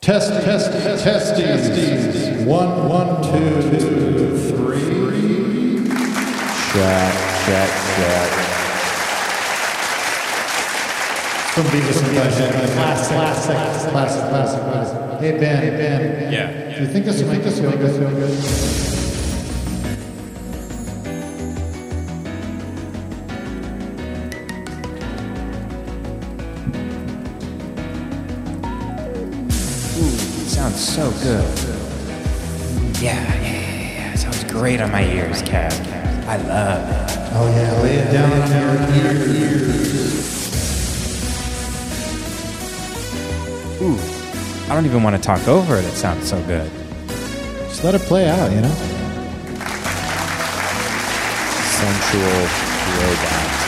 Test, test, test, testes. One, one, two, two, three. Shot, shot, shot. From Beavis and Butthead. Classic, classic, classic, classic, classic. Hey, Ben, hey, Ben. Yeah, Do you think this will make us feel good? Feel good? Sounds so good. Yeah, yeah, yeah, yeah. Sounds great on my ears, Kev. I love it. Oh, yeah. Lay it down on your ear. Ooh, I don't even want to talk over it. It sounds so good. Just let it play out, you know? Sensual robot.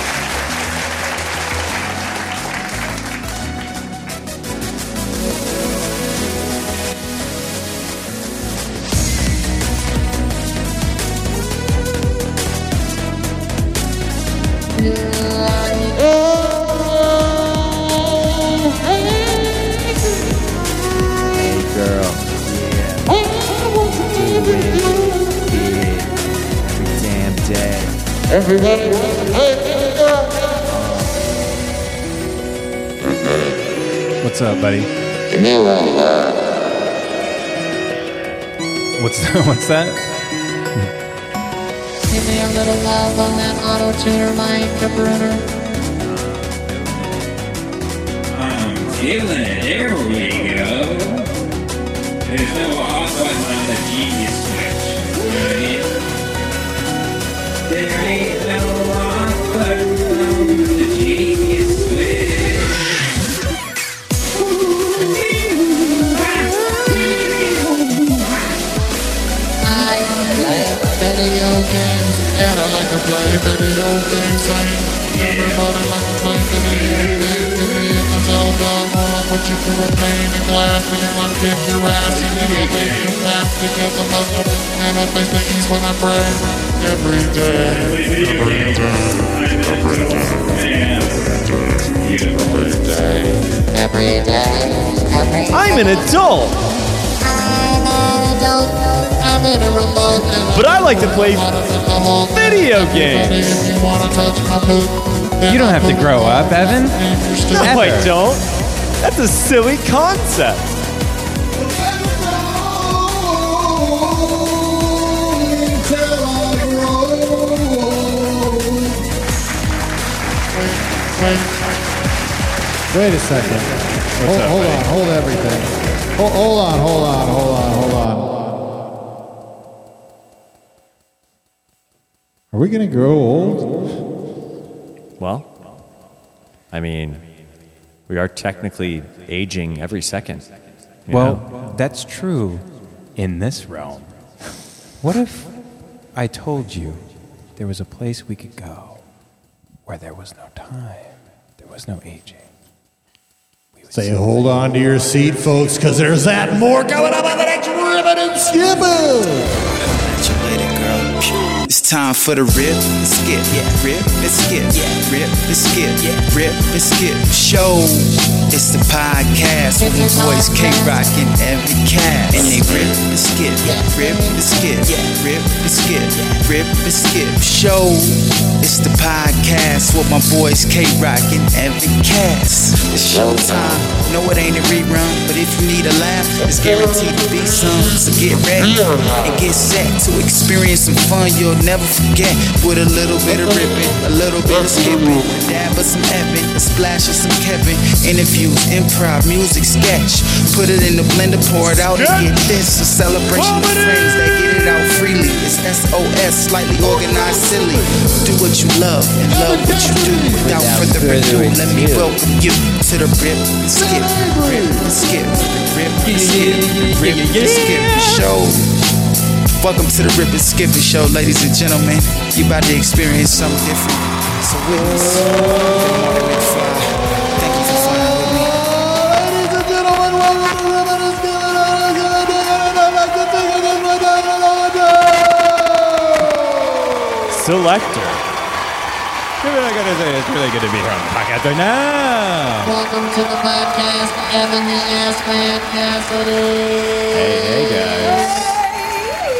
Hey, girl. Yeah. Do it. Get it. Every damn day. What's up, buddy? What's what's that? Give me a little love on that auto tuner, Mike Bruner. I'm feeling it. There we go. There's no off button on the genius switch. You know what I mean? There ain't no off button on the genius switch. I play video games, and I like to play video games. I everybody like to play video games. Give me a Zelda, more like what you can remain in glass when you want to kick your ass and you don't make your pass because I'm not gonna and I play things when I pray every day. Every day, every day. I'm an adult, I'm an adult. I'm in a remote and but I like to play video games. You You don't have to grow up, Evan. No, I Ever. don't. That's a silly concept. Wait a second. Hold, up, hold buddy? on, hold everything. Hold, hold on, hold on, hold on, hold on. Are we gonna grow old? Well, I mean, we are technically aging every second. you know? Well, that's true in this realm. What if I told you there was a place we could go where there was no time, there was no aging? Say, hold on to your seat, folks, because there's that more coming up on the next ribbon and skipper. It's time for the rip and skip, yeah. Rip and skip, yeah. Rip and skip, yeah. Rip and skip show. It's the podcast with your boys K Rock and every cast, and they rip and skip, yeah. Rip and skip, yeah. Rip and skip, yeah. Rip and skip show. It's the podcast with my boys K Rock and every cast. It's showtime. No, it ain't a rerun, but if you need a laugh, it's guaranteed to be some. So get ready and get set to experience some fun you'll never forget. With a little bit of ripping, a little bit of skipping, a dab of some ebbing, a splash of some Kevin. Interviews, improv, music, sketch. Put it in the blender, pour it out, and get this. A celebration of friends that get it out freely. It's SOS, slightly organized, silly. Do what you love and love what you do. Without further ado, let me welcome you to the rip, and skip, rip, and skip, rip, and skip, rip, and skip show. Welcome to the Rip and Skip and Show, ladies and gentlemen. You about to experience something different. So witness. Good morning, Big Fly. Thank you for flying with me. Ladies and gentlemen, welcome to ribbon and skipper. Selector. Maybe I gotta say, it's really good to be here on the podcast right now. Welcome to the podcast, Anthony S. Man Cassidy. Hey, hey, guys.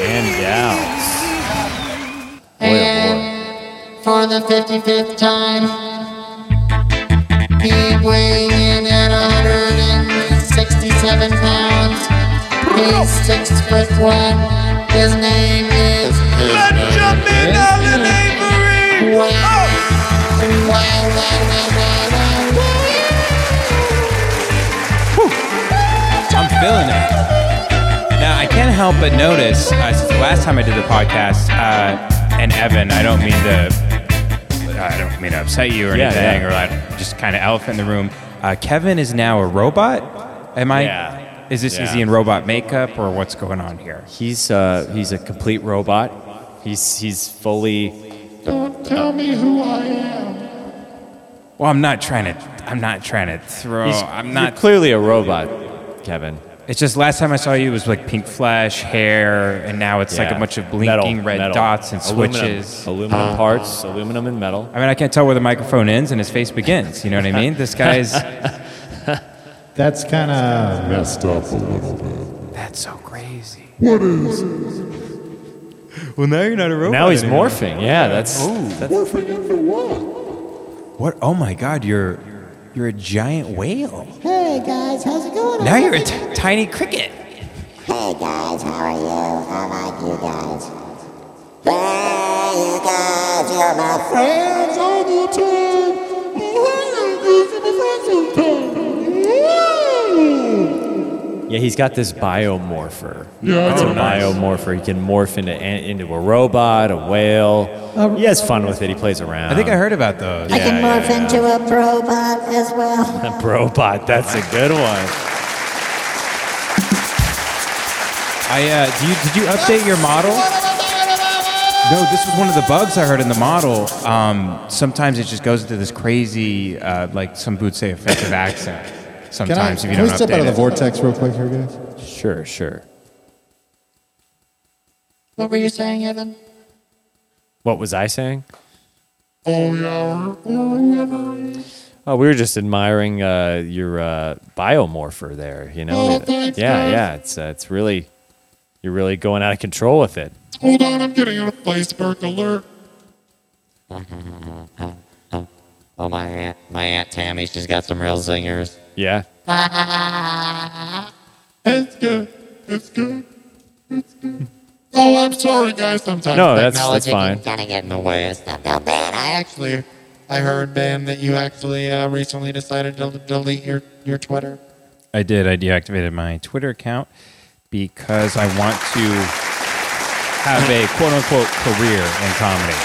And gals. Boy, oh boy. And for the 55th time, he weighing in at 167 pounds. He's six foot one. His name is Benjamin Allen Avery! Wow. Oh, Wow, wow, wow, wow, wow. I'm feeling it. Now I can't help but notice uh, since the last time I did the podcast, uh, and Evan, I don't mean to, I don't mean to upset you or Yeah, anything, yeah. or like just kind of elephant in the room. Uh, Kevin is now a robot. Am I? Yeah. Is this is Yeah. he in robot makeup or what's going on here? He's, uh, he's a complete robot. He's, he's fully. Don't tell me who I am. Well, I'm not trying to. I'm not trying to throw. He's, I'm you're not. clearly a robot, Kevin. It's just last time I saw you was like pink flash, hair, and now it's like Yeah. a bunch of Metal, blinking red metal. dots and Aluminum. switches. Aluminum, parts, aluminum and metal. I mean, I can't tell where the microphone ends and his face begins. You know what I mean? This guy's. That's kind of messed up. That's so crazy. Now he's morphing. Yeah, that's. Morphing into what? What? Oh my God! You're you're a giant whale. Hey guys, how's it going? Now you're a t- tiny cricket. Hey guys, how are you? I like you guys. Hey, you guys, you're my friends all the time. Yeah, he's got this biomorpher. Yeah, it's a biomorpher. He can morph into an- into a robot, a Uh, whale. He has fun with it. He plays around. I think I heard about those. I can morph into a robot as well. a robot. That's a good one. I uh, do you, did you update your model? No, this was one of the bugs I heard in the model. Um, sometimes it just goes into this crazy, uh, like some would say, offensive accent. Can I, Sometimes can if you we don't step update out of the it. vortex real quick here, guys? Sure, sure. What were you saying, Evan? What was I saying? Oh, yeah. Oh, yeah. Oh, we were just admiring uh, your uh, biomorpher there. You know. Oh, thanks, yeah, guys. yeah. It's uh, it's really, you're really going out of control with it. Hold on, I'm getting an iceberg alert. Oh, my aunt, my aunt Tammy, she's got some real zingers. Yeah. It's good. It's good. It's good. Oh, I'm sorry, guys. Sometimes No, that's that's Technology fine. can kind of get in the way of stuff. Now, man, I I actually, I heard, Ben, that you actually uh, recently decided to delete your, your Twitter. I did. I deactivated my Twitter account because I want to have a quote unquote career in comedy.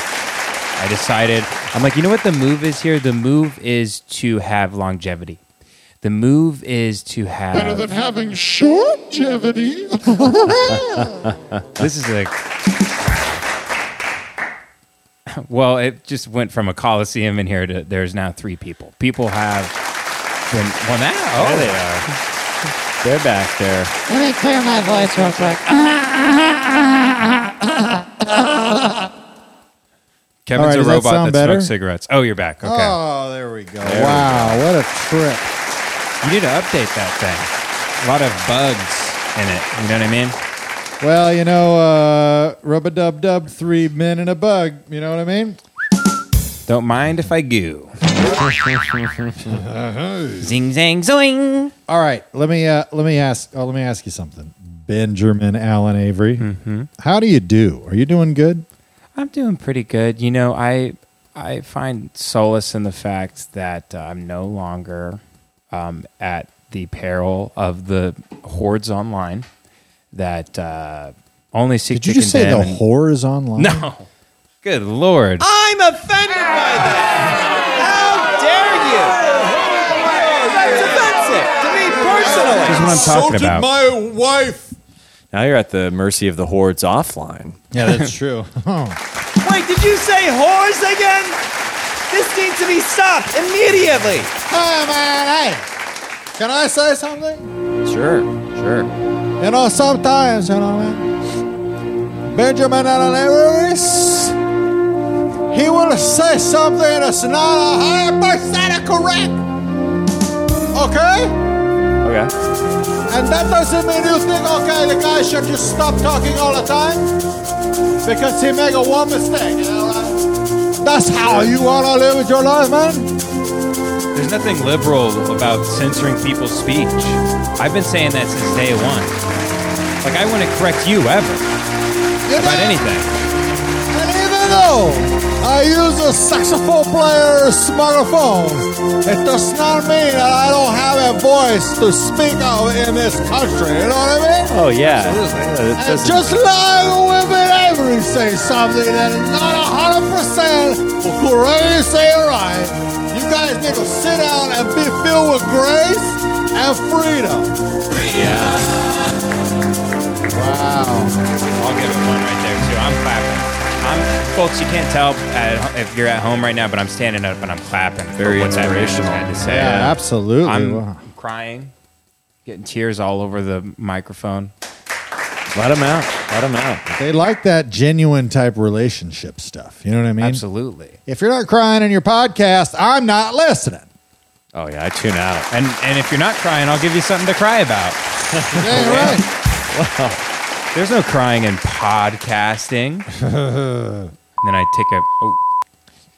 I decided, I'm like, you know what the move is here? The move is to have longevity. The move is to Better have. than having longevity. This is a. Well, it just went from a coliseum in here to there's now three people. People have been. Well, now. oh. There they are. They're back there. Let me clear my voice real quick. Kevin's All right, a does that robot sound that, better? smokes cigarettes. Oh, you're back. Okay. Oh, there we go. wow, what a trip. You need to update that thing. A lot of bugs in it. You know what I mean? Well, you know, uh, rub a dub dub, three men and a bug. You know what I mean? Don't mind if I goo. Zing zang zoing. All right, let me uh, let me ask oh, let me ask you something, Benjamin Allen Avery. How do you do? Are you doing good? I'm doing pretty good. You know, I I find solace in the fact that uh, I'm no longer um, at the peril of the hordes online that uh, only seek Did you to just say the condemn and- whore is online? No. Good lord. I'm offended by that. How dare you? That's offensive to me personally. This is what I'm talking about. Now you're at the mercy of the hordes offline. Yeah, that's true. Wait, did you say whores again? This needs to be stopped immediately. Hey, man, hey, can I say something? Sure, sure. You know, sometimes, you know, man, Benjamin Allen Avery, he will say something that's not a hundred percent correct. Okay. Okay. And that doesn't mean you think, okay, the guy should just stop talking all the time because he make a one mistake. You know? like, That's how you wanna live with your life, man. There's nothing liberal about censoring people's speech. I've been saying that since day one. Like, I wouldn't correct you ever You about know? anything. And even though I use a saxophone player's smartphone, it does not mean that I don't have a voice to speak of in this country. You know what I mean? Oh yeah. And just like women, every say something that is not a hundred percent correctly say it right. You guys need to sit down and be filled with grace and freedom. Wow. I'll give him one right there, too. I'm clapping. I'm, folks, you can't tell at, if you're at home right now, but I'm standing up and I'm clapping. Very for what that man just inspirational. had to say. uh, absolutely. I'm crying, getting tears all over the microphone. Let him out. Let him out. They like that genuine type relationship stuff. You know what I mean? Absolutely. If you're not crying in your podcast, I'm not listening. Oh yeah, I tune out. And and if you're not crying, I'll give you something to cry about. Yeah, you're right. There's no crying in podcasting. and then I take a. Oh,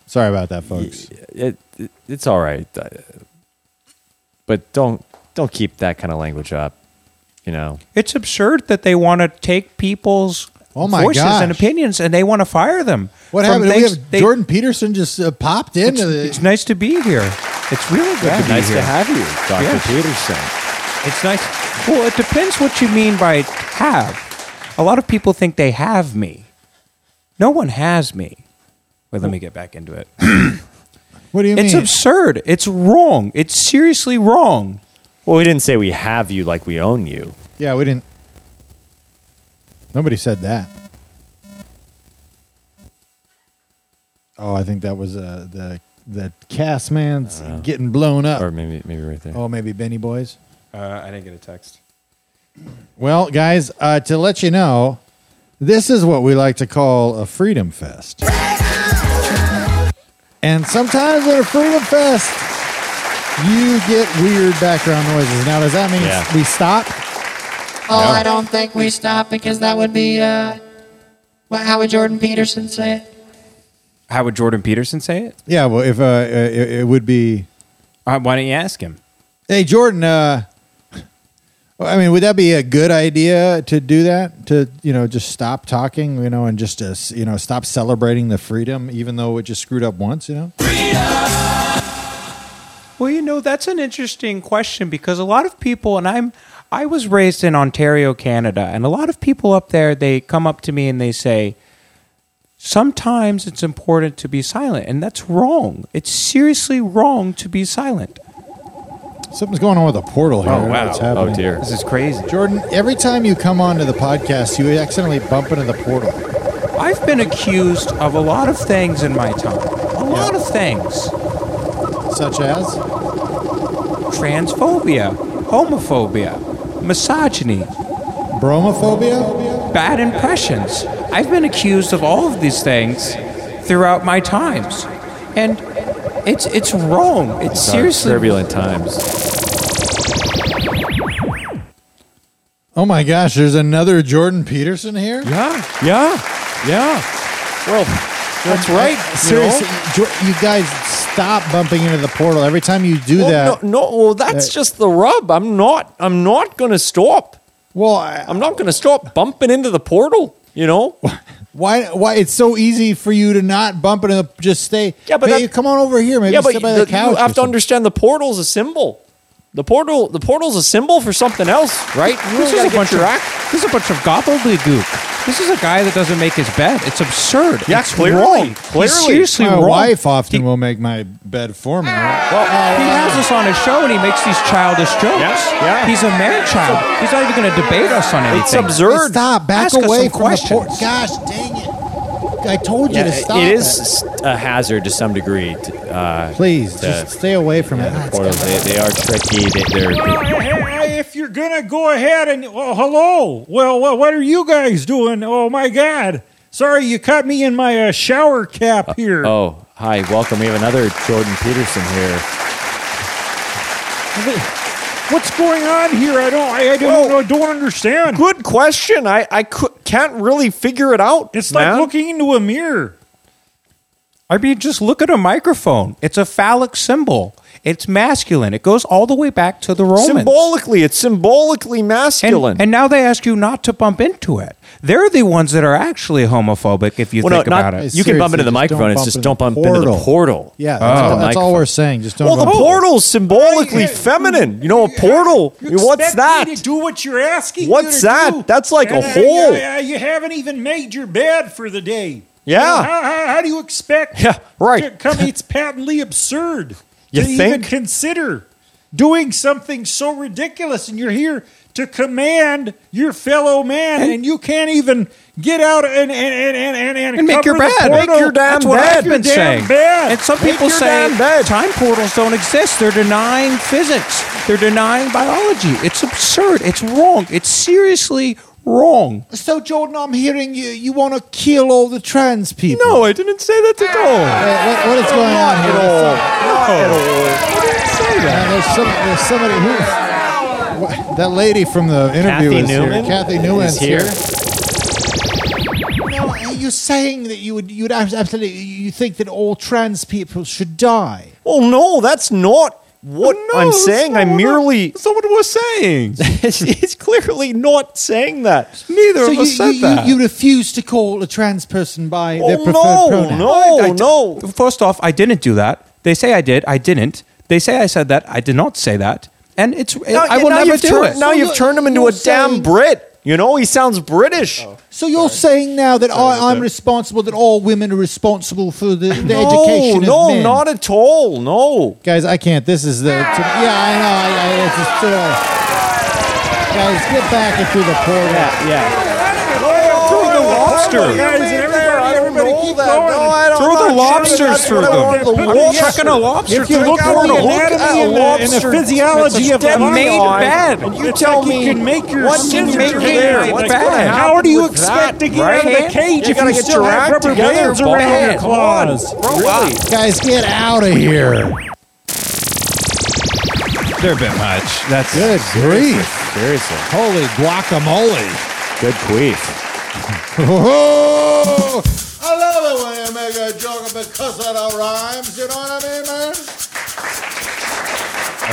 Sorry about that, folks. It, it, it's all right, Uh, but don't don't keep that kind of language up. You know. it's absurd that they want to take people's Oh my voices and gosh. opinions and they want to fire them. What from happened? We things have they- Jordan Peterson just uh, popped into the. It's nice to be here. It's really good to be nice here. to have you, Doctor Yes. Peterson. It's nice. Well, it depends what you mean by have. A lot of people think they have me. No one has me. Wait, let me get back into it. Uh, what do you It's mean? absurd. It's wrong. It's seriously wrong. Well, we didn't say we have you like we own you. yeah, we didn't. Nobody said that. Oh, I think that was uh, the the cast man's getting blown up. Or maybe maybe right there. oh, maybe Benny Boys. Uh, I didn't get a text. Well, guys, uh, to let you know, this is what we like to call a freedom fest. And sometimes at a freedom fest, you get weird background noises. Now, does that mean Yeah. we stop? Oh, I don't think we stop because that would be, uh, well, how would Jordan Peterson say it? How would Jordan Peterson say it? Yeah. Well, if uh, uh, it, it would be, Uh, why don't you ask him? hey, Jordan. Uh, well, I mean, would that be a good idea to do that? To you know, just stop talking, you know, and just uh, you know, stop celebrating the freedom, even though it just screwed up once, you know. Well, you know, that's an interesting question because a lot of people, and I'm, I was raised in Ontario, Canada, and a lot of people up there, they come up to me and they say, sometimes it's important to be silent, and that's wrong. It's seriously wrong to be silent. Something's going on with a portal here. I don't know what's Oh happening. dear. This is crazy. Jordan, every time you come onto the podcast, you accidentally bump into the portal. I've been accused of a lot of things in my time, a lot of things. Such as, Transphobia, homophobia, misogyny, bromophobia. bad impressions. I've been accused of all of these things throughout my times, and it's it's wrong. It's Dark, seriously turbulent times. Oh my gosh, there's another Jordan Peterson here. Yeah. Yeah. Yeah. Well, that's right. Seriously, Jo- you guys stop bumping into the portal every time you do that. Uh, no, no, well, that's just the rub. I'm not. I'm not going to stop. Well, I, I'm not going to stop bumping into the portal. You know. why? Why? It's so easy for you to not bump into the. Just stay. Yeah, but hey, that- you come on over here. Maybe yeah, but sit by the, the- couch. you have or to something. understand the portal's a symbol. The portal. The portal's a symbol for something else, right? You really This is a gotta get bunch of your act- this is a bunch of gobbledygook. This is a guy that doesn't make his bed. It's absurd. Yeah, it's clearly, wrong. clearly. He's seriously My wrong. wife often He- will make my bed for me. Ah. He has us on his show and he makes these childish jokes. Yeah, uh, yeah. He's a man child. He's not even going to debate us on It's anything. Hey, absurd. stop! Back Ask us away some from questions. the portal. Gosh dang it! I told you Yeah, to stop. it that. is a hazard to some degree. To, uh, Please, to- just stay away from it. Ah, the it's portals, they, they are tricky. They, they're if you're gonna go ahead and oh, hello, well, well, what are you guys doing? Oh my God! Sorry, you caught me in my uh, shower cap here. Oh, uh. hi, welcome. We have another Jordan Peterson here. What's going on here? I don't. I, I don't know. I don't understand. Good question. I I cou- can't really figure it out. It's like man. looking into a mirror. I mean, just look at a microphone. It's a phallic symbol. It's masculine. It goes all the way back to the Romans. Symbolically, it's symbolically masculine. And, and now they ask you not to bump into it. They're the ones that are actually homophobic if you Well, no, think not- about it. Oh. Hey, you can bump seriously, into the just don't microphone, it's bump just into don't the bump into the portal. portal. Ah. Yeah, that's all- that's all we're saying. Just don't. well, the bump- portal's symbolically feminine. You know, a portal. You What's expect that? me to do what you're asking. me What's to that? do? That's like a And I- hole. I- I- you haven't even made your bed for the day. Yeah. How, how, how do you expect? Yeah, right. To come, it's patently absurd You to even think? consider doing something so ridiculous, and you're here to command your fellow man, and, you can't even get out and and and and and, and, and make your cover the bed. portal. That's what I've been saying. Bed. And some people say time portals don't exist. They're denying physics. They're denying biology. It's absurd. It's wrong. It's seriously wrong. So, Jordan, I'm hearing you. You want to kill all the trans people? No, I didn't say that at all. What, what is going on here? Ah. Oh. Yeah, there's, some, there's somebody who. What- That lady from the interview Kathy is Newman here. Kathy is Newman's here. No, You're saying that you would, you would abs- absolutely, you you think that all trans people should die. Well, no, that's not what I'm saying. I'm merely. Someone was saying. He's clearly not saying that. Neither so you, you, you- You, refuse to call a trans person by Oh, their Oh, preferred pronoun. Oh, I- I- First off, I didn't do that. They say I did. I didn't. They say I said that. I did not say that. And it's I will never you've do turned- it. Now you've turned him into a damn Brit. You know, he sounds British. So you're saying now that I, I'm responsible, that all women are responsible for the, the No, education no, of men? not at all. No, guys, I can't. This is the yeah, I know. I, I, it's just, uh, guys, get back into the portal. Yeah, Through the lobster. Throw the lobsters through them. the I'm chucking a lobster If you through look the at the portal. anatomy and the, and the physiology of the That made bad. you tell me you can make your what did you scissors make there? bad. What's Like, gonna How happen do you with expect to that, get out of right? the cage You if gotta you get still your have act rubber together, bands around your bad. claws? Really? Guys, get out of here. They're a bit much. That's good grief. Seriously. Holy guacamole. Good queef. Oh, I love it when you make a joke because of the rhymes. You know what I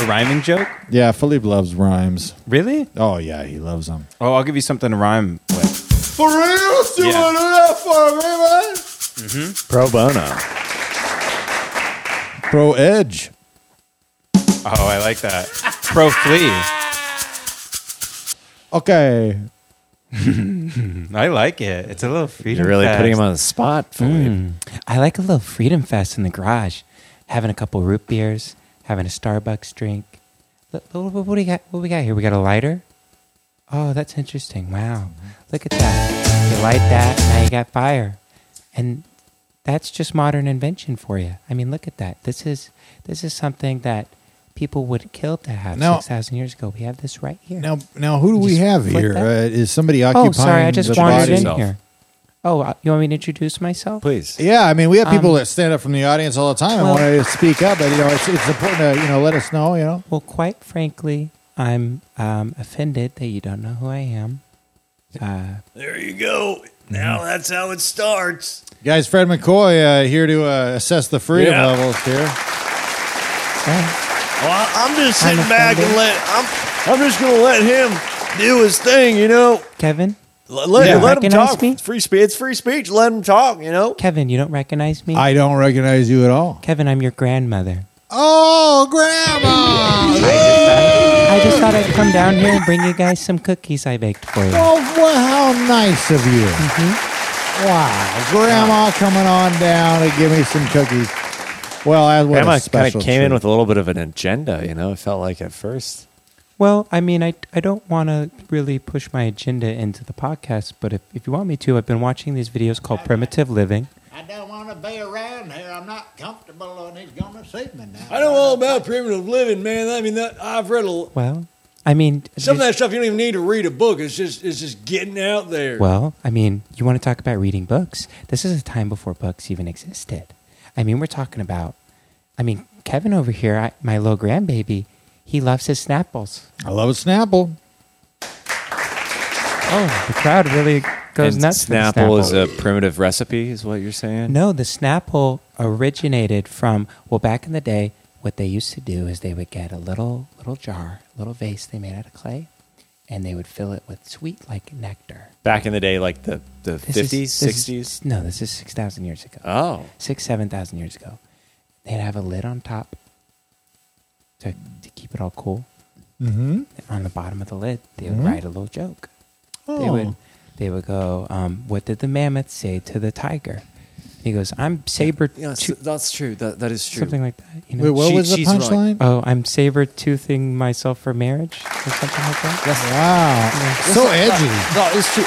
mean, man? A rhyming joke? Yeah, Philippe loves rhymes. Really? Oh yeah, he loves them. Oh, I'll give you something to rhyme with. For real? You Yeah. wanna do that for me, man? Mm-hmm. Pro bono. Pro edge. Oh, I like that. Pro flea. Okay. I like it. It's a little freedom. You're really fest. Mm. putting him on the spot, Philippe. I like a little freedom fest in the garage, having a couple root beers, having a Starbucks drink. Look, look, What, what do we got? What we got here? We got a lighter. Oh, that's interesting. Wow, look at that. You light that, now you got fire, and that's just modern invention for you. I mean, look at that. This is this is something that people would kill to have Now- six thousand years ago. We have this right here. Now, now, who do we Just have flick here? Uh, that. is somebody Oh, occupying? sorry, I just the wandered body? in here. Oh, uh, you want me to introduce myself? Please. Yeah, I mean, we have people Um, that stand up from the audience all the time and well- want to speak up, but you know, it's, it's important to you know let us know. You know, Well, quite frankly, I'm um, offended that you don't know who I am. Uh, There you go. Now that's how it starts. guys, Fred McCoy uh, here to uh, assess the freedom Yeah. levels here. Well, I- I'm just I'm sitting back and offended. let I'm I'm just gonna let him do his thing, you know. Kevin, Let, let, Yeah. let him Recognize talk. me? It's free speech. It's free speech. Let him talk. You know. Kevin, you don't recognize me? I don't recognize you at all. Kevin, I'm your grandmother. Oh, grandma! I just thought I'd come down here and bring you guys some cookies I baked for you. Oh, well, how nice of you! Mm-hmm. Wow, Grandma coming on down to give me some cookies. Well, I was Grandma a kind special of came treat. in with a little bit of an agenda, you know, it felt like at first. Well, I mean, I, I don't want to really push my agenda into the podcast, but if, if you want me to, I've been watching these videos called Primitive Living. I don't want to be around here. I'm not comfortable, and he's going to see me now. I know all about primitive living, man. I mean, that, I've read a, Well, I mean, some of that stuff. You don't even need to read a book. It's just it's just getting out there. Well, I mean, you want to talk about reading books. This is a time before books even existed. I mean, we're talking about, I mean, Kevin over here, I, my little grandbaby, He loves his Snapples. I love a Snapple. Oh, the crowd really goes And nuts. for the Snapple, is a primitive recipe, is what you're saying? No, the Snapple originated from well, back in the day, what they used to do is they would get a little little jar, little vase they made out of clay, and they would fill it with sweet like nectar. Back in the day, like the, the This 50s, is- this is- 60s? no, this is six thousand years ago. Oh. Six, seven thousand years ago. They'd have a lid on top to to keep it all cool. Mm-hmm. on the bottom of the lid, they would Mhm. write a little joke. They Oh. would they would go, um, "What did the mammoth say to the tiger?" He goes, "I'm saber." Yes, that's true. That, that is true. Something like that. You know? Wait, what She- was the she's right. punchline? Oh, I'm saber toothing myself for marriage or something like that. Wow. So edgy. No, it's true.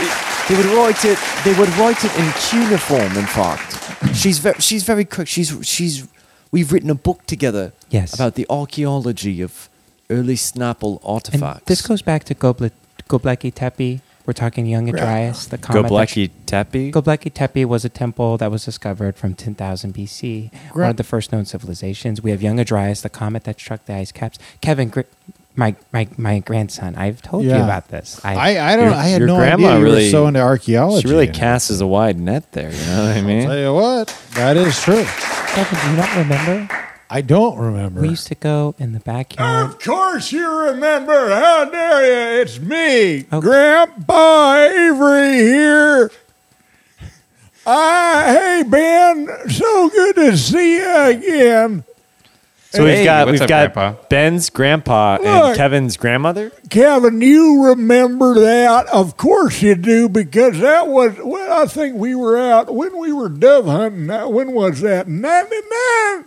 They would write it. They would write it in cuneiform. In fact, she's very, she's very quick. She's she's. We've written a book together. Yes. About the archaeology of early Snapple artifacts. This goes back to Goblet, Göbekli Tepe. We're talking Young Adrias, the comet. that- Göbekli Tepe? Göbekli Tepe was a temple that was discovered from 10,000 BC, one Right. of the first known civilizations. We have Young Adrias, the comet that struck the ice caps. Kevin, gr- my, my, my grandson, I've told you Yeah. about this. I, I don't. Your- I had your no grandma idea you really- were so into archaeology. She really casts a wide net there. You know what I mean? Tell you what, that is true. Kevin, do you not remember? I don't remember. We used to go in the backyard. Of course you remember. How dare you? It's me, Oh. Grandpa Avery here. I, hey, Ben, so good to see you again. So we've Hey, got what's we've up, got Ben's grandpa Look. and Kevin's grandmother. Kevin, you remember that? Of course you do, because that was well. I think we were out when we were dove hunting. Uh, When was that? Ninety nine.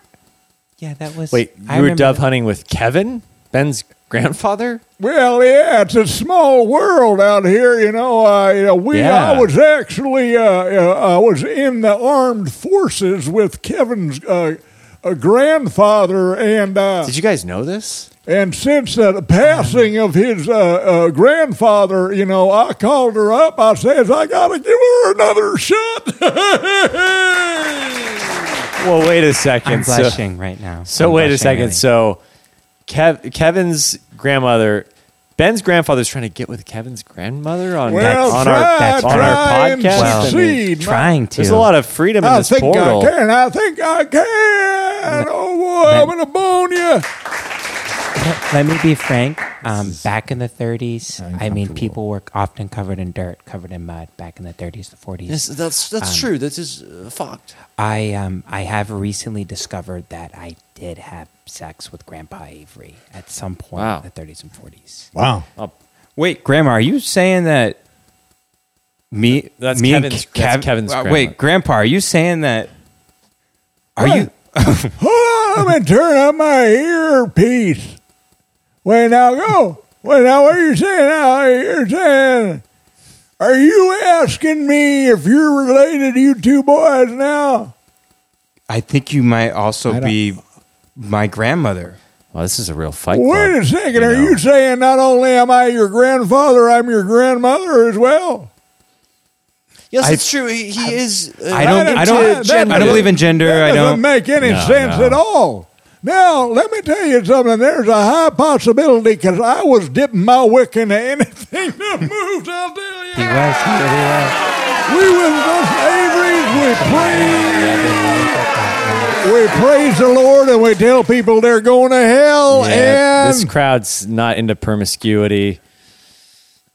Yeah, that was. Wait, I you were remember dove hunting with Kevin, Ben's grandfather. Well, yeah, it's a small world out here, you know. Uh, you know, we Yeah. I was actually uh, uh, I was in the armed forces with Kevin's uh, uh, grandfather, and uh, Did you guys know this? and since the passing of his uh, uh, grandfather, you know, I called her up. I says, I gotta give her another shot. Well, wait a 2nd I'm blushing right now. So I'm wait a blushing second. really. So Kev- Kevin's grandmother, Ben's grandfather's trying to get with Kevin's grandmother on Well, on our try- on try our and podcast. I mean, succeed, man. Trying There's to. a lot of freedom in I this think portal. Oh, I can. I think I can. Oh boy, I'm gonna bone you. Let me be frank. Um, back in the 30s, I mean, people were often covered in dirt, covered in mud. Back in the 30s, the 40s. Yes, that's that's Um, true. That is uh, fact. I um I have recently discovered that I did have sex with Grandpa Avery at some point Wow. in the 30s and 40s. Wow. Wait, Grandma, are you saying that me? That's me Kevin's- And Ke- that's Kev- Kevin's uh, Wait, Grandpa, are you saying that? Are you? Hold on, I'm gonna turn on my earpiece. Wait now, go. Wait now, what are you saying? Now you're saying, are you asking me if you're related to you two boys now? I think you might also I don't- be my grandmother. Well, this is a real fight. Wait a second, are you saying not only am I your grandfather, I'm your grandmother as well? Yes, I- it's true. He, he is. Uh, I don't. I That- don't. that I don't believe in gender. I That don't doesn't make any No, sense no. at all. Now, let me tell you something. There's a high possibility because I was dipping my wick into anything that moves out there. He was. He really was. We was those Avery's. We praise. We praise the Lord and we tell people they're going to hell. Yeah, and this crowd's not into promiscuity.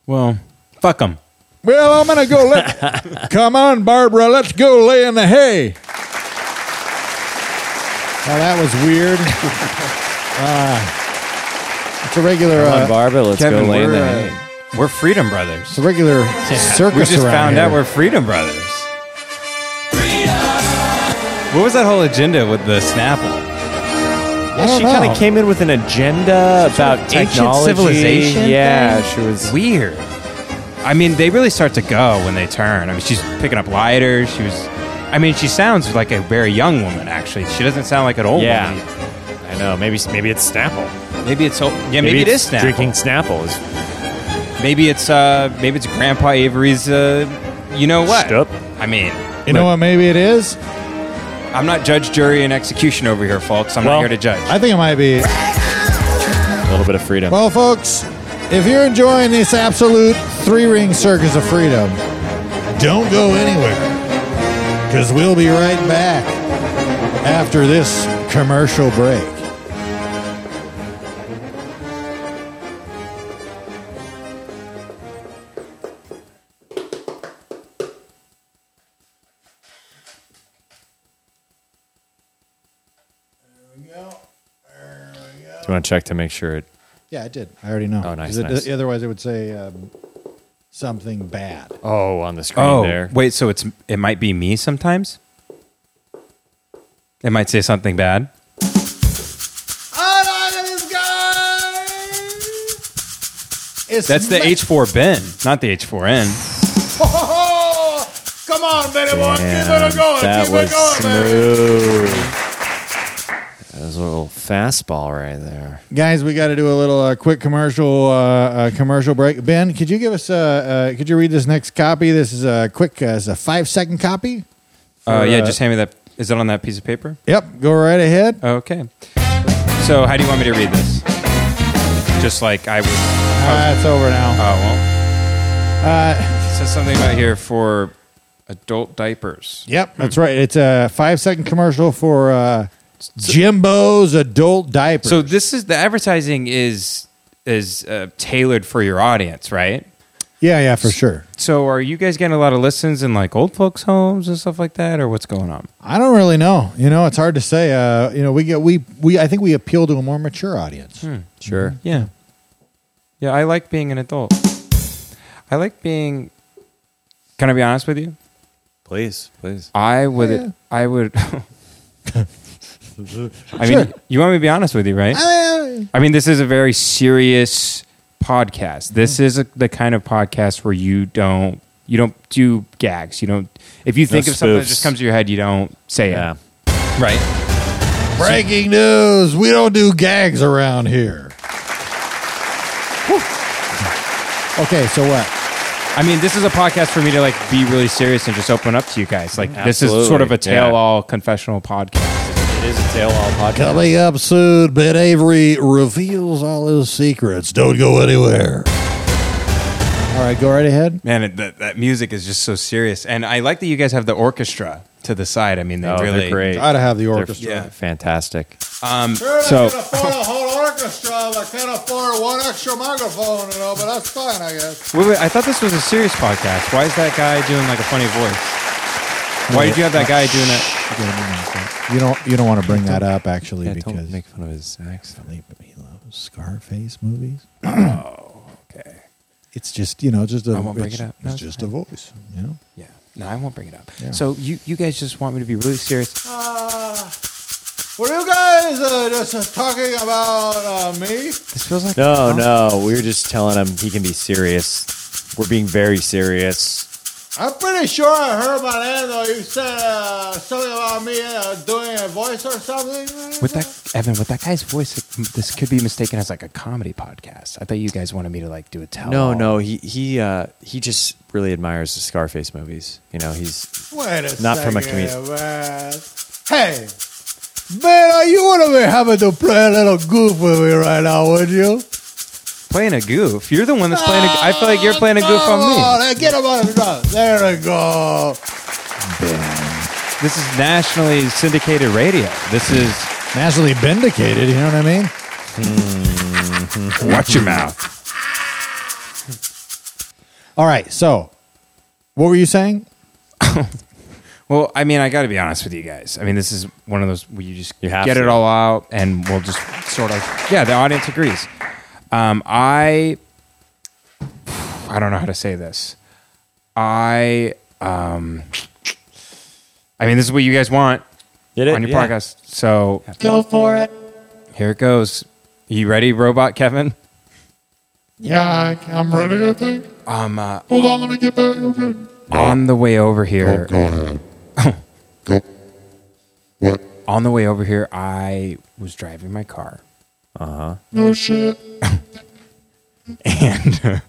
Well, fuck them. well, I'm going to go. Let, come on, Barbara. Let's go lay in the hay. Now that was weird. uh, it's a regular. Come on, uh, Barbara, let's Kevin, go lay in we're, the uh, hay. We're Freedom Brothers. It's a regular we circus just around found here. out we're Freedom Brothers. What was that whole agenda with the Snapple? Yeah, she kind of came in with an agenda about ancient technology. civilization Yeah, thing? she was weird. I mean, they really start to go when they turn. I mean, she's picking up lighters. She was. I mean, she sounds like a very young woman. Actually, she doesn't sound like an old Yeah. woman. I know. Maybe maybe it's Snapple. Maybe it's old. Yeah, maybe, it it's is Snapple. Drinking Snapple is Maybe it's uh, maybe it's Grandpa Avery's. Uh, you know what? Stup. I mean, You know what? Maybe it is. I'm not judge, jury, and execution over here, folks. I'm not Well- here to judge. I think it might be. A little bit of freedom. Well, folks, if you're enjoying this absolute three ring circus of freedom, don't go anywhere because we'll be right back after this commercial break. Do you want to check to make sure it? Yeah, I did. I already know. Oh, nice. 'Cause it- nice. Otherwise, it would say um, something bad. Oh, on the screen oh, there. wait. So it's it might be me sometimes. It might say something bad. It's That's the ma- H four Ben, not the H four N. Come on, baby boy, Damn, keep it going, that keep was it going, baby. smooth. That was a little fastball right there. Guys, we got to do a little uh, quick commercial uh, uh, commercial break. Ben, could you give us uh, uh, could you read this next copy? This is a quick, uh, it's a five second copy. Uh, For, yeah, uh, just hand me that. Is it on that piece of paper? Yep, go right ahead. Okay. So how do you want me to read this? Just like I would. Uh, it's over now. Oh well. Uh, It says something about here for adult diapers. yep, that's right. It's a five second commercial for uh, Jimbo's adult diapers. So this is the advertising is is uh, tailored for your audience, right? yeah, yeah, for sure. So are you guys getting a lot of listens in like old folks' homes and stuff like that, or what's going on? I don't really know. You know, it's hard to say. Uh, you know, we get we we I think we appeal to a more mature audience. Sure. Yeah. Yeah, I like being an adult. I like being. Can I be honest with you? Please, please. I would. Yeah. I would. I mean, you want me to be honest with you, right? I mean, this is a very serious podcast. This is a, the kind of podcast where you don't you don't do gags. You don't. If you No think of something that spoofs. just comes to your head, you don't say it. Right. Breaking news: We don't do gags around here. Okay, so what? I mean, this is a podcast for me to like be really serious and just open up to you guys. Like, this is sort of Absolutely, a yeah. tale-all confessional podcast. It is a tail all podcast. Coming up soon, Ben Avery reveals all his secrets. Don't go anywhere. All right, go right ahead. Man, it, that, that music is just so serious, and I like that you guys have the orchestra to the side. I mean, they Oh, they're really great. Try to have the They're orchestra. Yeah. Fantastic. Um, so afford a whole orchestra. I can't afford one extra microphone, you know, but that's fine, I guess. wait, wait, I thought this was a serious podcast. Why is that guy doing like a funny voice? Why did you have that guy doing that? You don't you don't want to bring that up actually Yeah, because don't make fun of his accent. he loves Scarface movies. oh, okay. It's just you know just a I won't bring it's- it up. No, It's it's just a voice, you know. Yeah, no, I won't bring it up. Yeah. So you, you guys just want me to be really serious? Uh, Were you guys uh, just talking about uh, me? This feels like No, no, we were just telling him he can be serious. We're being very serious. I'm pretty sure I heard about Lando. You said uh, something about me uh, doing a voice or something. With that, Evan, with that guy's voice, it- this could be mistaken as like a comedy podcast. I thought you guys wanted me to like do a tell. No, no, he he uh, he just really admires the Scarface movies. You know, he's Wait a not from a second, comedian. man. Hey, man, are you want to be happy to play a little goof with me right now, would you? Playing a goof. You're the one that's playing. a I feel like you're playing a goof Come on me. on, Oh, get him on the drum. There we go. This is nationally syndicated radio. This is Nationally vindicated, you know what I mean? Hmm. watch your mouth. All right, so what were you saying? Well, I mean, I got to be honest with you guys. I mean, this is one of those where you just You have get to. it all out, and we'll just sort of yeah. The audience agrees. Um, I I don't know how to say this. I um, I mean, this is what you guys want Did it? on your Yeah. podcast. So Go for it. here it goes. You ready, robot Kevin? Yeah, I- I'm ready, I think. Um, uh, Hold on, let me get back. Okay. on the way over uh, here. Go ahead. Go. What? On the way over here, I was driving my car. Uh-huh. Uh Oh, No shit. and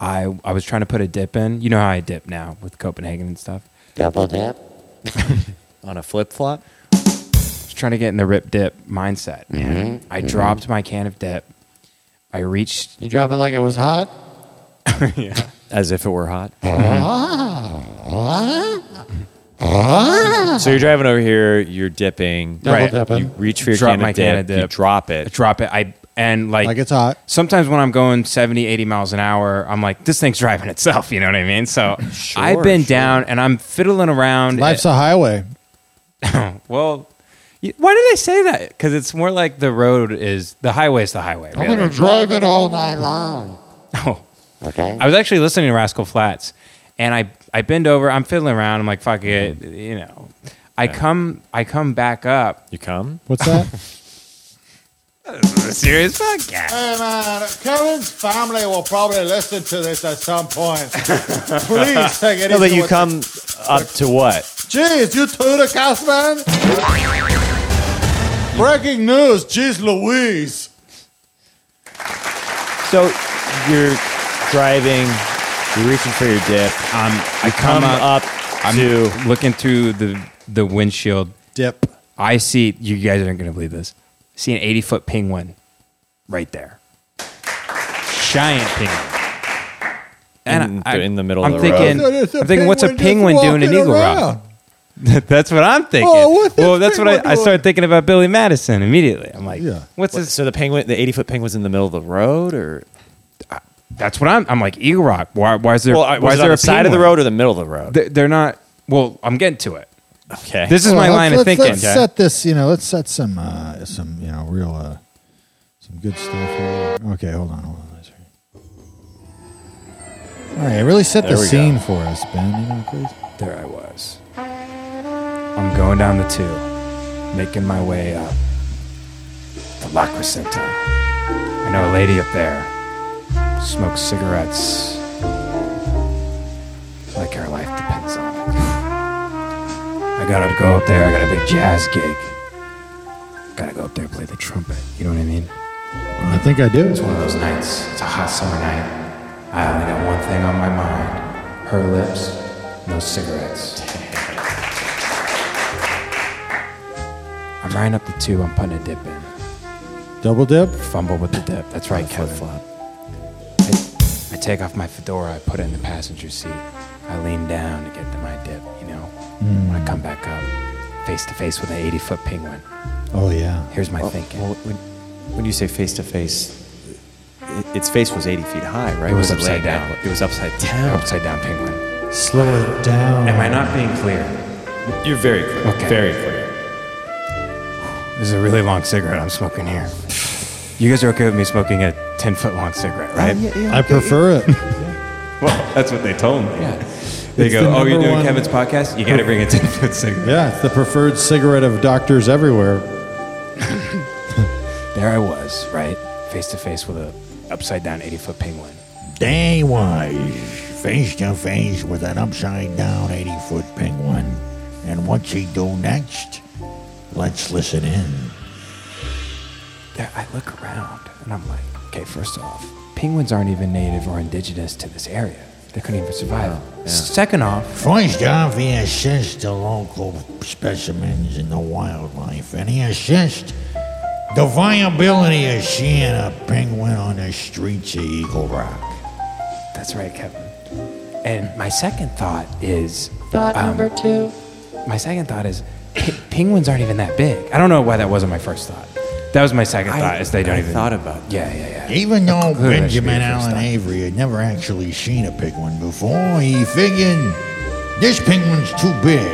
I I was trying to put a dip in. You know how I dip now with Copenhagen and stuff. Double dip. on a flip flop. trying to get in the rip dip mindset. Mhm. I Mhm. dropped my can of dip. I reached. You drop it like it was hot. yeah. As if it were hot. Ah. So you're driving over here, you're dipping. Double Right. dipping. You reach for your Drop can, my of can dip, of You dip. drop it. drop it. I and like Like it's hot. Sometimes when I'm going 70, 80 miles an hour, I'm like, this thing's driving itself. You know what I mean? So I've been down and I'm fiddling around. Life's a highway. well, y- why did I say that? Because it's more like the road is the highway is the highway. I'm really. gonna drive it all night long. Okay. I was actually listening to Rascal Flats, and I I bend over. I'm fiddling around. I'm like, fuck it, you know. I come I come back up. You come? What's that? serious fuck yeah. Hey man, Kevin's family will probably listen to this at some point. Please take it No, but easy. you with- come up to what? Jeez, you two the cast man. Breaking news, jeez Louise. So you're driving. You're reaching for your dip. Um, I come up I'm looking through the the windshield. Dip. I see. You guys aren't gonna believe this. I see an 80 foot penguin, right there. Giant penguin. In- in the middle of I'm the road. thinking, So there's a I'm thinking, what's a penguin penguin just doing in walking Eagle Rock? that's what I'm thinking. Oh, what's this well, that's what I, penguin I doing? started thinking about Billy Madison immediately. I'm like, yeah. What's this? So the penguin, the 80 foot penguin's in the middle of the road, or that's what I'm. I'm like Eagle Rock. Why, why is there? Well, I- why was is it there on a the side of the penguin? road or the middle of the road? They- They're not. Well, I'm getting to it. Okay. This is Well, my let's- line let's, of thinking. Let's set this. You know, let's set some uh, some you know real uh, some good stuff. Here. Okay, hold on, hold on. Let's hear it. All right, really set There the we go. scene for us, Ben. You know, please. There I was. I'm going down the two, making my way up the La Crescenta. I know a lady up there smokes cigarettes like her life depends on it. I gotta go up there. I got a big jazz gig. Gotta go up there play the trumpet. You know what I mean? I think I do. It's one of those nights. It's a hot summer night. I only got one thing on my mind: her lips, no cigarettes. I'm riding up the two. I'm putting a dip in. Double dip. Fumble with the dip. That's right, Kevin. Flop. I take off my fedora. I put it in the passenger seat. I lean down to get to my dip. You know, Hmm. when I come back up, face to face with an 80 foot penguin. Oh yeah. Here's my Well, thinking. well, when, when you say face to face, i- its face was 80 feet high, right? It was laying upside down. It was upside down. Upside down penguin. Slow it down. Am I not being clear? You're very clear. Okay. Very clear. This is a really long cigarette I'm smoking here. You guys are okay with me smoking a 10 foot long cigarette, right? I prefer it. Well, that's what they told me. Yeah. They It's go, the oh, you're number doing one- Kevin's podcast? You got to bring a 10 foot cigarette. Yeah, it's the preferred cigarette of doctors everywhere. There I was, right? Face to face with a upside down 80 foot penguin. Day was face to face with an upside down 80 foot penguin. And what's he do next? Let's listen in. There, I look around and I'm like, okay, first off, penguins aren't even native or indigenous to this area. They couldn't even survive. uh, Second off, First off, he assists the local specimens in the wildlife, and he assists the viability of seeing a penguin on the streets of Eagle Rock. that's right, Kevin. And my second thought is Thought um, number two. My second thought is pe- penguins aren't even that big. I don't know why that wasn't my first thought. That was my second thought. Is they don't I even thought about Yeah, yeah, yeah. Even though Who did I Benjamin speak first Allen time? Avery had never actually seen a penguin before, he figured this penguin's too big.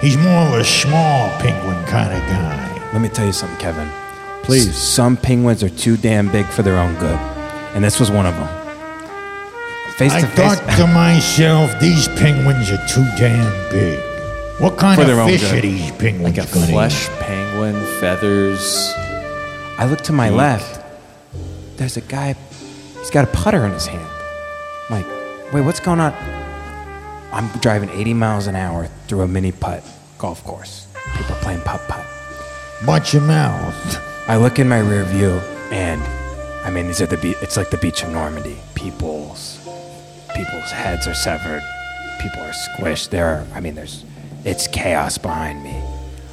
He's more of a small penguin kind of guy. Let me tell you something, Kevin. Please. some penguins are too damn big for their own good, and this was one of them. Face I to face. thought to myself, these penguins are too damn big. What kind For of their own fish good. are these penguins Like a gonna flesh penguin, feathers. I look to my Eek. left. There's a guy. He's got a putter in his hand. I'm like, wait, what's going on? I'm driving 80 miles an hour through a mini putt golf course. People playing putt putt. eat? Watch your mouth. I look in my rear view, and I mean, these are the be- it's like the beach of Normandy. People's people's heads are severed. People are squished. There, are, I mean, there's it's chaos behind me.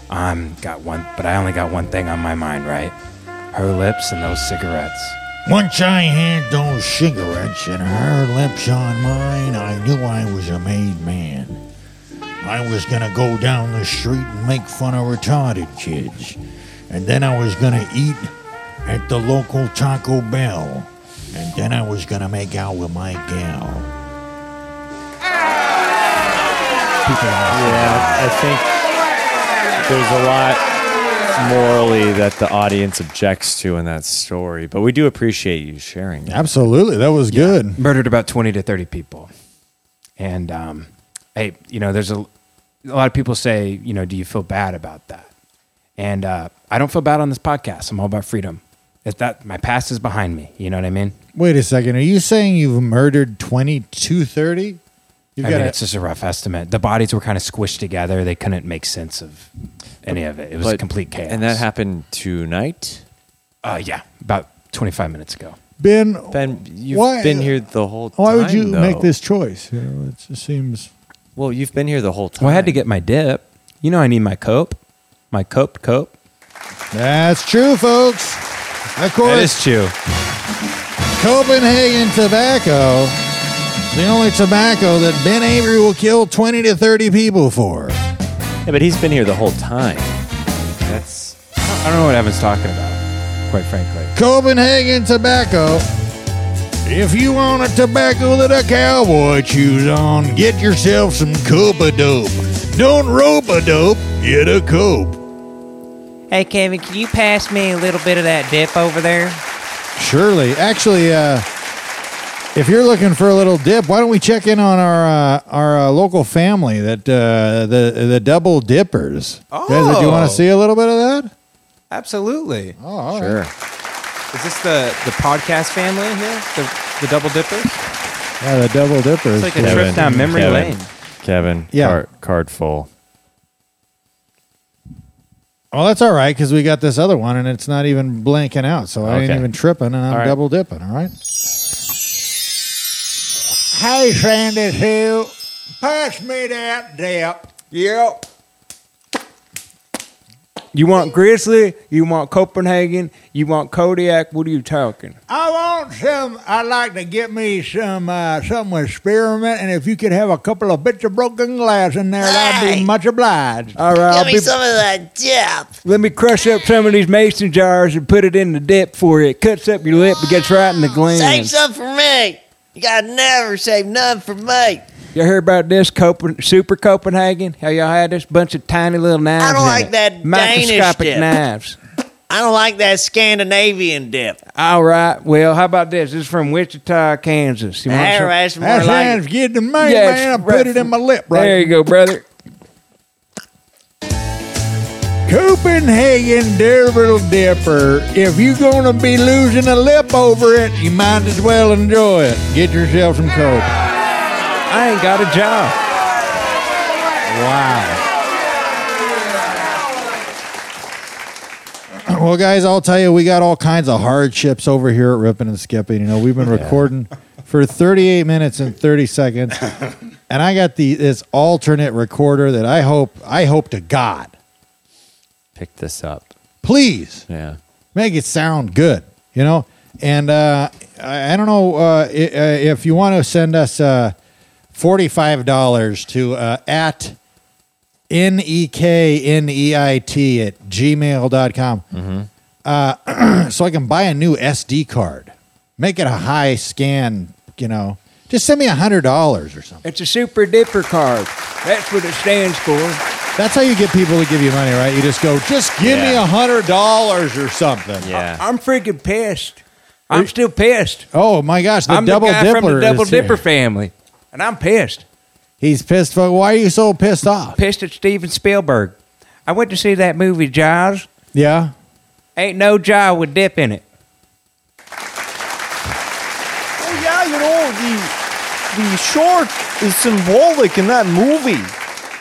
I'm got one, but I only got one thing on my mind, right? Her lips and those cigarettes. Once I had those cigarettes and her lips on mine, I knew I was a made man. I was gonna go down the street and make fun of retarded kids. And then I was gonna eat at the local Taco Bell. And then I was gonna make out with my gal. Yeah, I think there's a lot morally that the audience objects to in that story, but we do appreciate you sharing. That. Absolutely, that was good. Murdered about twenty to thirty people, and um, hey, you know, there's a, a lot of people say, you know, do you feel bad about that? And uh, I don't feel bad on this podcast. I'm all about freedom. That that my past is behind me. You know what I mean? Wait a second, are you saying you've murdered 2230? You've I got mean, a- it's just a rough estimate. The bodies were kind of squished together. They couldn't make sense of any of it. It was But- complete chaos. And that happened tonight? Uh, yeah, about 25 minutes ago. Ben, Ben, you've why- been here the whole time. Why would you make though. this choice? You know, it just seems. Well, you've been here the whole time. Well, I had to get my dip. You know, I need my cope. My cope, cope. That's true, folks. Of course, That is true. Copenhagen tobacco, the only tobacco that Ben Avery will kill 20 to 30 people for. Yeah, but he's been here the whole time. That's. I don't know what Evan's talking about, quite frankly. Copenhagen tobacco. If you want a tobacco that a cowboy chews on, get yourself some copa dope. Don't rope a dope, get a cope. Hey, Kevin, can you pass me a little bit of that dip over there? Surely. Actually, uh, if you're looking for a little dip, why don't we check in on our uh, our uh, local family that uh, the the double dippers? Oh. Guys, do you want to see a little bit of that? Absolutely. Oh, all right. sure. Is this the the podcast family here? The the double dippers? Yeah, the double dippers. It's like a trip down memory Kevin, lane. Kevin, Yeah. card, card full. Well, that's all right because we got this other one and it's not even blanking out, so I ain't Okay. even tripping and I'm All right. double dipping. All right. Hey, Sandy Sue. Pass me that dip. Yep. You want Grizzly? You want Copenhagen? You want Kodiak? What are you talking? I want some. I'd like to get me some uh, some with spearmint, and if you could have a couple of bits of broken glass in there, that'd be much obliged. All right, I'll be- of that dip. Let me crush up some of these mason jars and put it in the dip for you. It cuts up your lip, but gets right in the Save glands. some for me. You gotta never save none for me. You heard about this Copen- Super Copenhagen? How y'all had this bunch of tiny little knives? I don't in like it. that Danish Microscopic dip. knives. I don't like that Scandinavian dip. All right. Well, how about this? This is from Wichita, Kansas. You want Hey, some? that's more That like sounds it. good to me, man. I put it in my lip right There you go, brother. Copenhagen Devil Dipper. If you're gonna be losing a lip over it, you might as well enjoy it. Get yourself some coke. I ain't got a job. Wow. Well, guys, I'll tell you, we got all kinds of hardships over here at Rippin' and Skipping. You know, we've been recording for 38 minutes and 30 seconds, and I got the this alternate recorder that I hope I hope to God, Pick this up. please Yeah. make it sound good. You know, and uh, I, I don't know uh, i- uh, if you want to send us uh, forty-five dollars to uh, at n e k n e i t at gmail.com uh, so I can buy a new SD card. Make it a high scan, you know. Just send me a hundred dollars or something. It's a super dipper card. That's what it stands for. That's how you get people to give you money, right? You just go, just give me Yeah. a hundred dollars or something. Yeah. I'm freaking pissed. I'm still pissed. Oh my gosh, the I'm double the guy dipper. from the Double is here. Dipper family, and I'm pissed. He's pissed. For, why are you so pissed off? Pissed at Steven Spielberg. I went to see that movie Jaws. Yeah. Ain't no Jaws with dip in it. Oh yeah, you know the the shark is symbolic in that movie.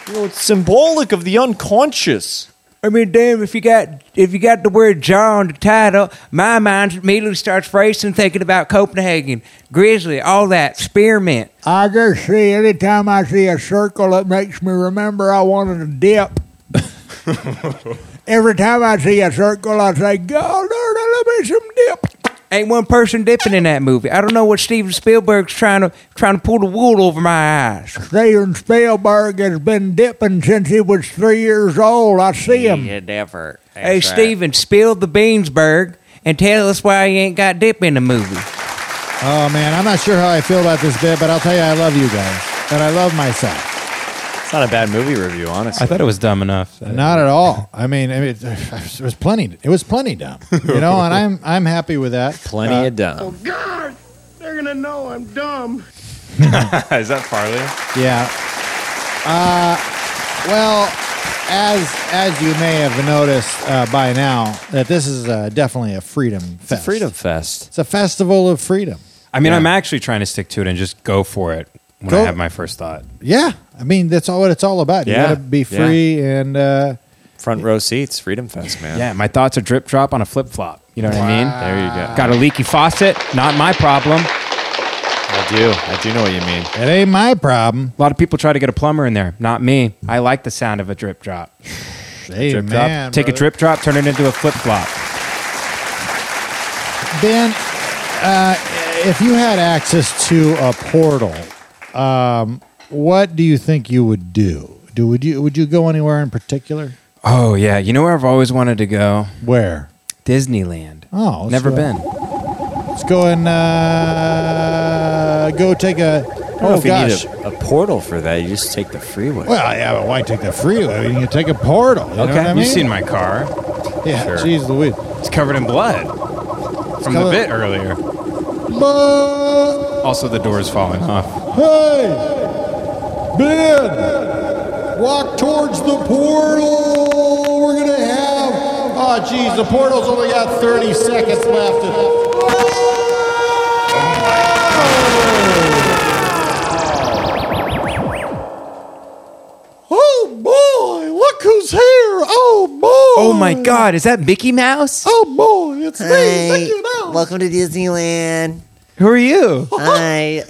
You know, it's symbolic of the unconscious. I mean, damn, if you got if you got the word Jaw on the title, my mind immediately starts racing thinking about Copenhagen, Grizzly, all that spearmint. I just see anytime I see a circle, it makes me remember I wanted a dip. Every time I see a circle, I say, God, Lord, I love me some dip. Ain't one person dipping in that movie. I don't know what Steven Spielberg's trying to trying to pull the wool over my eyes. Steven Spielberg has been dipping since he was three years old. I see him. Yeah, never. hey, Steven, spill the beansburg and tell us why you ain't got dip in the movie. Oh man, I'm not sure how I feel about this bit, but I'll tell you, I love you guys, and I love myself. It's not a bad movie review, honestly. I thought it was dumb enough. Not at all. I mean, I mean, it, it was plenty. It was plenty dumb, you know. And I'm I'm happy with that. Uh, Plenty of dumb. Oh, God! They're gonna know I'm dumb. Is that Farley? Yeah. Uh, well, as as you may have noticed uh, by now, that this is uh, definitely a freedom fest. It's a freedom fest. It's a festival of freedom. I mean, Yeah. I'm actually trying to stick to it and just go for it when I Go- have my first thought. Yeah, I mean that's all what it's all about. You Yeah. got to be Yeah. free and uh, Front row seats, Freedom Fest, man. Yeah, my thoughts are drip drop on a flip flop. You know what I mean? There you go. Got a leaky faucet. Not my problem. I do. I do know what you mean. It ain't my problem. A lot of people try to get a plumber in there. Not me. I like the sound of a drip drop. Hey, drip man, drop. Take a brother. drip drop, turn it into a flip flop. Ben, uh, if you had access to a portal, um, what do you think you would do? Do would you would you go anywhere in particular? Oh yeah, you know where I've always wanted to go? Where? Disneyland. Oh, let's never go. been. Let's go and uh, go take a. I don't know Oh if you gosh. need a, a portal for that. You just take the freeway. Well, yeah, but why take the freeway? You can take a portal. You know Okay. what I You've mean? seen my car. Yeah, Sure. jeez Louise. It's covered in blood from the covered- bit earlier. Also, the door is falling off. Hey, Ben, walk towards the portal. We're gonna have. Oh, geez, the portal's only got 30 seconds left. Oh boy, look who's here! Oh boy! Oh my God, is that Mickey Mouse? Oh boy, it's Hi, me! Mickey Mouse. welcome to Disneyland. Who are you? Hi.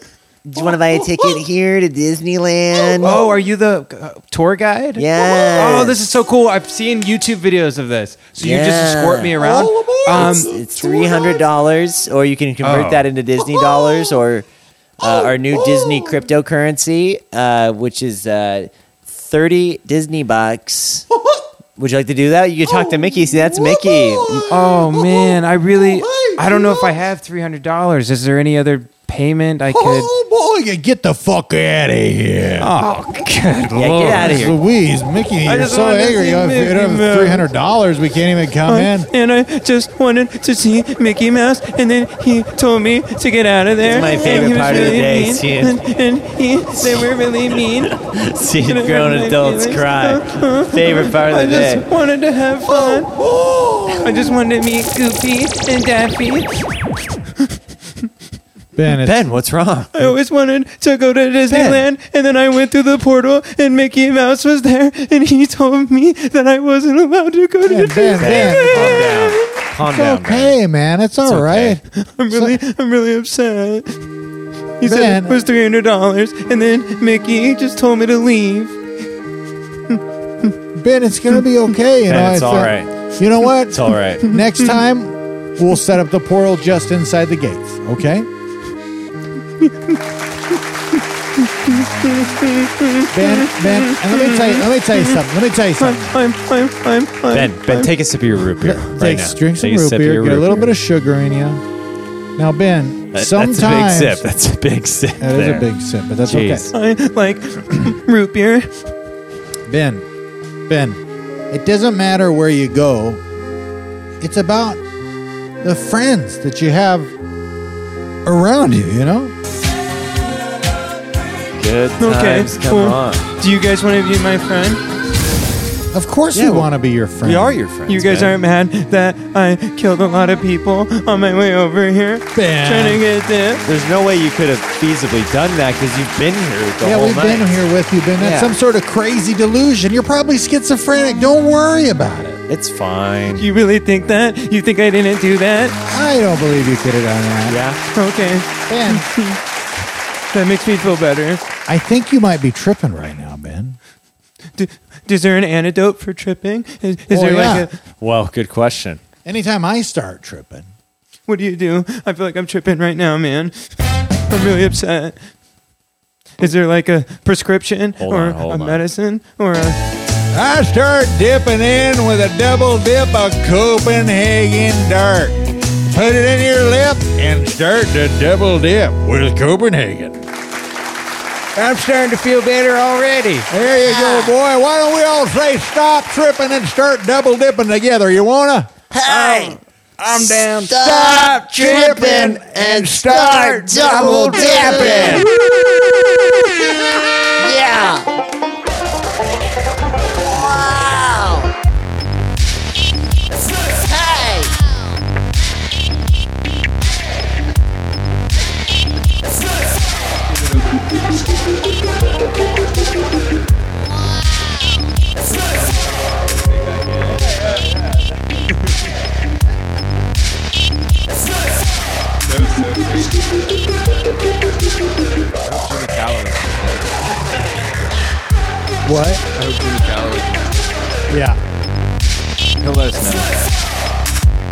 Do you want to buy a ticket here to Disneyland? Oh, are you the uh, tour guide? Yeah. Oh, this is so cool. I've seen YouTube videos of this. So you just Yeah. escort me around. Um, it's, Um, it's three hundred dollars, or you can convert Oh. that into Disney dollars, or uh, our new Disney cryptocurrency, uh, which is uh, thirty Disney bucks. Would you like to do that? You can talk to Mickey. See, that's Mickey. Oh man, I really Oh, I don't know if I have three hundred dollars. Is there any other payment I could? Oh boy, you get the fuck out of here! Oh, good yeah, Lord, Louise, Mickey, I you're just so wanted to angry. see You have, you Mickey don't have Mouse. three hundred dollars. We can't even come in. And I just wanted to see Mickey Mouse, and then he told me to get out of there. It's my favorite and he was part of the really day, mean, seeing- and, and he, they were really mean. Seeing And it hurt grown my adults feelings. cry. Favorite part of the I day. just wanted to Oh, have fun. I just wanted to meet Goofy and Daffy. Ben, ben, what's wrong? I always wanted to go to Disneyland, and then I went through the portal, and Mickey Mouse was there, and he told me that I wasn't allowed to go to Disneyland. Calm it's down. okay, man. It's all right. I'm really, I'm really upset. He said it Ben. was three hundred dollars, and then Mickey just told me to leave. Ben, it's gonna be okay. You Ben, know, it's all uh, right. You know what? It's all right. Next time, we'll set up the portal just inside the gates. Okay, Ben. Ben, and let me tell you. Let me tell you something. Let me tell you something. I'm, I'm, I'm, I'm Ben, Ben, take a sip of your root beer right Take, now. drink some Take a root sip of beer. your Get a root little beer. bit of sugar in you. Now, Ben, That- sometimes That's a big sip. That's a big sip. That is a there. big sip, but that's Jeez. I like root beer. Ben, Ben, it doesn't matter where you go. It's about the friends that you have around you, you know? Good Okay, times. Come well, on. Do you guys want to be my friend? Of course Yeah, we well, want to be your friend. we are your you guys aren't mad that I killed a lot of people on my way over here, Ben. trying to get there. There's no way you could have feasibly done that because you've been here the Yeah, whole we've night. been here with you, Ben. That's Yeah. some sort of crazy delusion. You're probably schizophrenic. Don't worry about it. It's fine. You really think that? You think I didn't do that? I don't believe you could have done that. Yeah. Okay. Ben. that makes me feel better. I think you might be tripping right now, Ben. D- is there an antidote for tripping? Is, is Oh, there yeah. like a Well, good question. Anytime I start tripping, what do you do? I feel like I'm tripping right now, man. I'm really upset. Is there like a prescription Hold or on, hold a on. medicine or a I start dipping in with a double dip of Copenhagen dark. Put it in your lip and start to double dip with Copenhagen. I'm starting to feel better already. Ah. There you go, boy. Why don't we all say stop tripping and start double dipping together? You wanna? Hey! Oh, I'm down. Stop, tripping and start double dipping. Yeah. Wow. Hey. What? I hope Jimmy Fallon is yeah. there. He'll let us know.